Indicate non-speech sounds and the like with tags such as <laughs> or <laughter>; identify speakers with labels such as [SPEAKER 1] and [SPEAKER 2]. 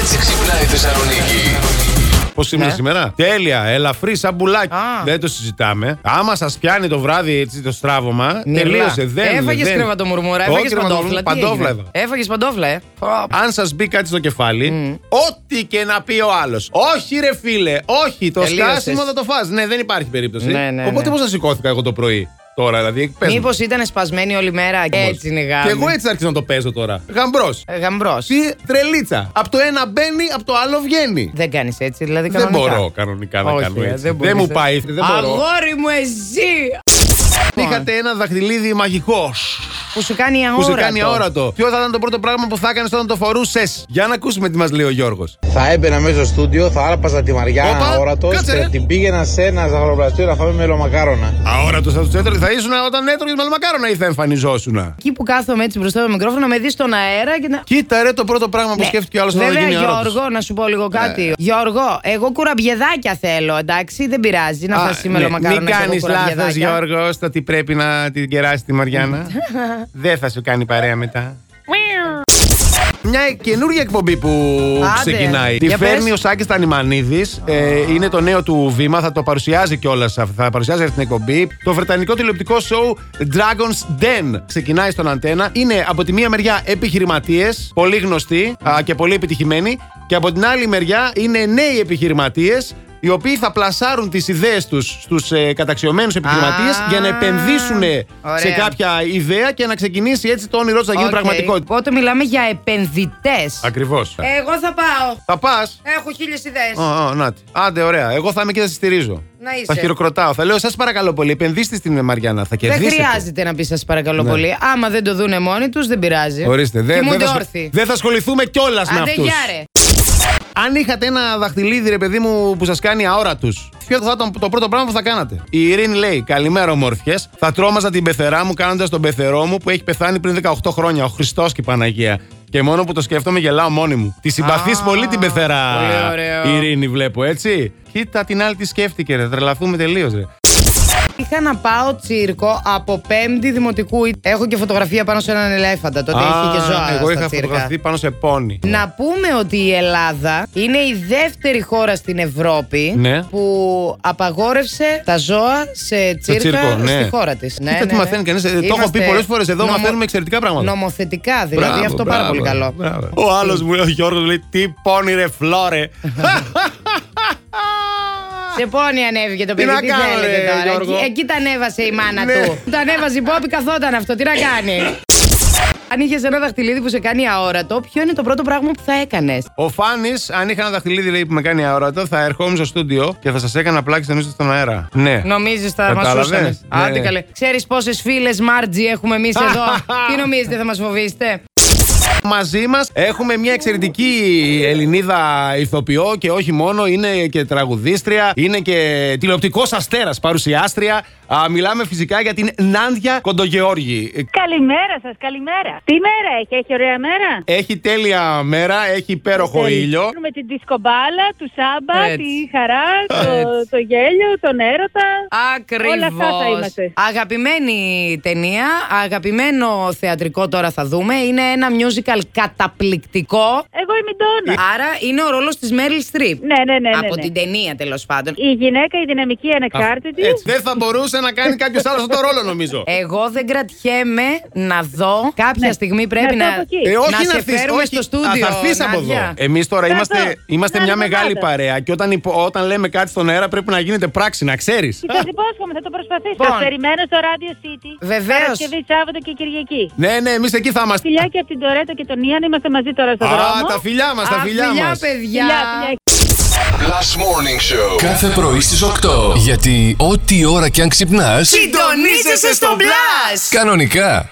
[SPEAKER 1] έτσι ξυπνάει η Θεσσαλονίκη.
[SPEAKER 2] Πώς ήμουν σήμερα. Ναι. Τέλεια, ελαφρύ σαμπουλάκι.
[SPEAKER 3] Α.
[SPEAKER 2] Δεν το συζητάμε. Άμα σας πιάνει το βράδυ έτσι το στράβωμα,
[SPEAKER 3] Νιρλά.
[SPEAKER 2] τελείωσε. Δεν
[SPEAKER 3] Έφαγες
[SPEAKER 2] δεν.
[SPEAKER 3] Ναι, κρεβατομουρμούρα,
[SPEAKER 2] Όχι,
[SPEAKER 3] έφαγες
[SPEAKER 2] κρεβατομουρμούρα,
[SPEAKER 3] παντόφλα. τι
[SPEAKER 2] Παντόφλα
[SPEAKER 3] έγινε?
[SPEAKER 2] έβα.
[SPEAKER 3] Έφαγες παντόφλα, ε.
[SPEAKER 2] Αν σας μπει κάτι στο κεφάλι, ό,τι και να πει ο άλλος. Όχι, ρε φίλε, όχι, το
[SPEAKER 3] Τελείωσες.
[SPEAKER 2] σκάσιμο θα το φας Ναι, δεν υπάρχει περίπτωση.
[SPEAKER 3] Ναι, ναι,
[SPEAKER 2] Οπότε
[SPEAKER 3] ναι.
[SPEAKER 2] πώς θα σηκώθηκα εγώ το πρωί τώρα, δηλαδή. πες μου.
[SPEAKER 3] Μήπως ήταν σπασμένη όλη μέρα και Ε, έτσι είναι γάμο.
[SPEAKER 2] Και εγώ έτσι άρχισα να το παίζω τώρα. Γαμπρός.
[SPEAKER 3] Γαμπρός.
[SPEAKER 2] Τι τρελίτσα. Από το ένα μπαίνει, από το άλλο βγαίνει.
[SPEAKER 3] Δεν κάνεις έτσι, δηλαδή
[SPEAKER 2] Δεν
[SPEAKER 3] κανονικά.
[SPEAKER 2] μπορώ κανονικά να
[SPEAKER 3] Όχι,
[SPEAKER 2] κάνω
[SPEAKER 3] ε,
[SPEAKER 2] έτσι.
[SPEAKER 3] δεν
[SPEAKER 2] Δεν
[SPEAKER 3] μπορείς,
[SPEAKER 2] μου
[SPEAKER 3] ε.
[SPEAKER 2] πάει. Δεν μπορώ.
[SPEAKER 3] Αγόρι μου, εσύ! Λοιπόν.
[SPEAKER 2] Είχατε ένα δαχτυλίδι μαγικός.
[SPEAKER 3] Που σου κάνει αόρατο.
[SPEAKER 2] Που σε κάνει αόρατο. Ποιο θα ήταν το πρώτο πράγμα που θα έκανες όταν το φορούσες. Για να ακούσουμε τι μας λέει ο Γιώργος.
[SPEAKER 4] Θα έμπαινα μέσα στο στούντιο, θα άρπαζα τη μαριά
[SPEAKER 2] Όπα,
[SPEAKER 4] αόρατος
[SPEAKER 2] κάτσε, ρε.
[SPEAKER 4] και την πήγαινα σε ένα ζαχαροπλαστείο να φάμε μελομακάρονα.
[SPEAKER 2] Αόρατος θα του έτρωγε. Θα ήσουν όταν έτρωγες μαλμακάρονα ή θα εμφανιζόσουν.
[SPEAKER 3] Εκεί που κάθομαι έτσι μπροστά από το μικρόφωνο, με δεις στον αέρα και να.
[SPEAKER 2] Κοίτα ρε το πρώτο πράγμα που σκέφτηκε ο άλλος να
[SPEAKER 3] Ναι. Βέβαια,
[SPEAKER 2] γίνει αόρατος. Ναι.
[SPEAKER 3] Γιώργο, να σου πω λίγο κάτι. Γιώργο, εγώ κουραμπιεδάκια θέλω, εντάξει, δεν πειράζει να φας σήμερα μακάρι.
[SPEAKER 2] ναι. Μην κάνεις λάθος, Γιώργο, στο τι πρέπει να την κεράσει τη
[SPEAKER 3] <laughs>
[SPEAKER 2] Μαριάννα. Δεν θα σου κάνει παρέα μετά. Μια καινούργια εκπομπή που
[SPEAKER 3] Άντε.
[SPEAKER 2] ξεκινάει. Τη
[SPEAKER 3] Για πες.
[SPEAKER 2] φέρνει ο Σάκης Τανιμανίδης. Ε, είναι το νέο του βήμα, θα το παρουσιάζει κιόλας. Θα παρουσιάζει αυτή την εκπομπή. Το βρετανικό τηλεοπτικό show Dragons Den ξεκινάει στον αντένα. Είναι από τη μία μεριά επιχειρηματίες, πολύ γνωστοί α, και πολύ επιτυχημένοι. Και από την άλλη μεριά είναι νέοι επιχειρηματίες οι οποίοι θα πλασάρουν τις ιδέες τους στους ε, καταξιωμένους επιχειρηματίες
[SPEAKER 3] Α,
[SPEAKER 2] για να επενδύσουν σε
[SPEAKER 3] ωραία.
[SPEAKER 2] κάποια ιδέα και να ξεκινήσει έτσι το όνειρό τους να γίνει πραγματικότητα.
[SPEAKER 3] Οπότε μιλάμε για επενδυτές.
[SPEAKER 2] Ακριβώς.
[SPEAKER 3] Εγώ θα πάω.
[SPEAKER 2] Θα πας
[SPEAKER 3] Έχω χίλιες ιδέες.
[SPEAKER 2] Α, α, να τη. Άντε, ωραία. Εγώ θα είμαι και θα τη στηρίζω.
[SPEAKER 3] Να είσαι.
[SPEAKER 2] Θα χειροκροτάω. Θα λέω, σας παρακαλώ πολύ, επενδύστε στην Μαριάννα. Θα
[SPEAKER 3] Δεν
[SPEAKER 2] κερδίσετε.
[SPEAKER 3] χρειάζεται να πεις, σας παρακαλώ
[SPEAKER 2] Ναι.
[SPEAKER 3] πολύ. Άμα δεν το δούνε μόνοι τους, δεν πειράζει.
[SPEAKER 2] Ορίστε, δεν
[SPEAKER 3] Κοιμούνται
[SPEAKER 2] δεν θα,
[SPEAKER 3] όρθιοι.
[SPEAKER 2] δεν θα ασχοληθούμε κιόλας με
[SPEAKER 3] Άντε,
[SPEAKER 2] αυτούς.
[SPEAKER 3] γεια, ρε.
[SPEAKER 2] Αν είχατε ένα δαχτυλίδι, ρε παιδί μου, που σας κάνει αόρατους, ποιο θα ήταν το πρώτο πράγμα που θα κάνατε. Η Ειρήνη λέει: Καλημέρα, ομορφιές. Θα τρόμαζα την πεθερά μου κάνοντας τον πεθερό μου που έχει πεθάνει πριν 18 χρόνια. Ο Χριστός και η Παναγία. Και μόνο που το σκέφτομαι γελάω μόνη μου. Τη συμπαθείς
[SPEAKER 3] Α,
[SPEAKER 2] πολύ την πεθερά.
[SPEAKER 3] πολύ ωραίο.
[SPEAKER 2] Η Ειρήνη, βλέπω, έτσι. Κοίτα την άλλη τι σκέφτηκε, ρε. Τρελαθούμε τελείως, ρε.
[SPEAKER 3] Είχα να πάω τσίρκο από πέμπτη δημοτικού. Έχω και φωτογραφία πάνω σε έναν ελέφαντα. Τότε
[SPEAKER 2] Α,
[SPEAKER 3] είχε και ζώα.
[SPEAKER 2] Εγώ
[SPEAKER 3] στα
[SPEAKER 2] είχα
[SPEAKER 3] τσίρκα.
[SPEAKER 2] φωτογραφεί πάνω σε πόνι.
[SPEAKER 3] Να πούμε ότι η Ελλάδα είναι η δεύτερη χώρα στην Ευρώπη
[SPEAKER 2] Ναι.
[SPEAKER 3] που απαγόρευσε τα ζώα σε τσίρκα
[SPEAKER 2] τσίρκο, ναι.
[SPEAKER 3] στη χώρα της.
[SPEAKER 2] Κοίτα τι
[SPEAKER 3] ναι.
[SPEAKER 2] μαθαίνει κανείς. Ε, το έχω πει πολλές φορές εδώ, μαθαίνουμε εξαιρετικά πράγματα.
[SPEAKER 3] Νομοθετικά δηλαδή, αυτό πάρα πολύ καλό.
[SPEAKER 2] Ο άλλος μου, ο Γιώργος, λέει τι πόνι ρε φλόρε.
[SPEAKER 3] Σε πόνι ανέβηκε το
[SPEAKER 2] Τι
[SPEAKER 3] παιδί,
[SPEAKER 2] να
[SPEAKER 3] τι,
[SPEAKER 2] κάνω,
[SPEAKER 3] θέλετε
[SPEAKER 2] ρε,
[SPEAKER 3] τώρα.
[SPEAKER 2] Γιώργο.
[SPEAKER 3] Εκεί, εκεί τα ανέβασε η μάνα
[SPEAKER 2] Ναι.
[SPEAKER 3] του. Τα ανέβασε η Πόπη, καθόταν αυτό. Τι να κάνει. Αν είχες ένα δαχτυλίδι που σε κάνει αόρατο, ποιο είναι το πρώτο πράγμα που θα έκανες.
[SPEAKER 2] Ο Φάνης, αν είχα ένα δαχτυλίδι λέει, που με κάνει αόρατο, θα ερχόμουν στο στούντιο και θα σας έκανα πλάκι στον ύστο στον αέρα. Ναι.
[SPEAKER 3] Νομίζεις θα μας
[SPEAKER 2] Κατάλαβες.
[SPEAKER 3] σούσανε.
[SPEAKER 2] Ναι,
[SPEAKER 3] Άντε
[SPEAKER 2] ναι.
[SPEAKER 3] καλέ. Ξέρεις πόσες φίλες Μάρτζι έχουμε
[SPEAKER 2] <laughs>
[SPEAKER 3] εμείς εδώ. Τι νομίζετε, θα μας φοβήσετε.
[SPEAKER 2] Μαζί μας έχουμε μια εξαιρετική Ελληνίδα ηθοποιό και όχι μόνο, είναι και τραγουδίστρια, είναι και τηλεοπτικός αστέρας παρουσιάστρια. Α, μιλάμε φυσικά για την Νάντια Κοντογεώργη.
[SPEAKER 5] Καλημέρα σας, καλημέρα. Τι μέρα έχει, έχει ωραία μέρα.
[SPEAKER 2] Έχει τέλεια μέρα, έχει υπέροχο ήλιο.
[SPEAKER 5] Με την δισκομπάλα, του σάμπα,
[SPEAKER 3] Έτσι.
[SPEAKER 5] τη χαρά, το,
[SPEAKER 3] Έτσι.
[SPEAKER 5] το γέλιο, τον έρωτα. Όλα αυτά θα
[SPEAKER 3] Ακριβώς.
[SPEAKER 5] είμαστε.
[SPEAKER 3] Αγαπημένη ταινία, αγαπημένο θεατρικό τώρα θα δούμε. Είναι ένα musical καταπληκτικό.
[SPEAKER 5] Εγώ είμαι η Ντόνα.
[SPEAKER 3] Άρα είναι ο ρόλος της Μέριλ Στριπ.
[SPEAKER 5] Ναι, ναι, ναι. ναι,
[SPEAKER 3] Από
[SPEAKER 5] ναι.
[SPEAKER 3] την ταινία τέλος πάντων.
[SPEAKER 5] Η γυναίκα, η δυναμική, η ανεξάρτητη.
[SPEAKER 2] Έτσι. Δεν θα μπορούσε να κάνει κάποιος άλλος αυτό το ρόλο, νομίζω.
[SPEAKER 3] Εγώ δεν κρατιέμαι να δω. Κάποια στιγμή πρέπει
[SPEAKER 5] Ναι. Να
[SPEAKER 3] να.
[SPEAKER 5] δω από εκεί. Ε,
[SPEAKER 2] όχι
[SPEAKER 3] σε
[SPEAKER 2] έρθεις,
[SPEAKER 3] φέρουμε
[SPEAKER 2] όχι.
[SPEAKER 3] στο στούντιο.
[SPEAKER 2] Α, θα έρθεις από εδώ. Ε,
[SPEAKER 3] Νάντια.
[SPEAKER 2] Εμείς τώρα
[SPEAKER 5] Θα
[SPEAKER 2] είμαστε,
[SPEAKER 5] έρθω.
[SPEAKER 2] είμαστε
[SPEAKER 5] Την
[SPEAKER 2] μια
[SPEAKER 5] άλλη
[SPEAKER 2] μεγάλη
[SPEAKER 5] εβδομάδα.
[SPEAKER 2] παρέα και όταν, υπο- όταν λέμε κάτι στον αέρα πρέπει να γίνεται πράξη, να ξέρεις.
[SPEAKER 5] Τι σας υπόσχομαι, θα το προσπαθήσω.
[SPEAKER 3] Λοιπόν.
[SPEAKER 5] Σας περιμένω στο Radio City.
[SPEAKER 3] Βεβαίως.
[SPEAKER 5] Παρασκευή, Σάββατο και Κυριακή.
[SPEAKER 2] ναι, ναι, εμείς εκεί θα είμαστε.
[SPEAKER 5] Φιλιά και από την Τωρέτα και τον Ιαν, είμαστε μαζί τώρα στο
[SPEAKER 2] Α,
[SPEAKER 5] δρόμο.
[SPEAKER 2] τα φιλιά μας, τα
[SPEAKER 3] Α,
[SPEAKER 2] φιλιά
[SPEAKER 3] φιλιά,
[SPEAKER 2] μας.
[SPEAKER 3] παιδιά.
[SPEAKER 5] Φιλιά, φιλιά.
[SPEAKER 1] Last Morning Show.
[SPEAKER 6] Κάθε πρωί στις 8. Γιατί ό,τι ώρα κι αν ξυπνάς,
[SPEAKER 3] Συντονίζεσαι στο μπλα!
[SPEAKER 6] κανονικά.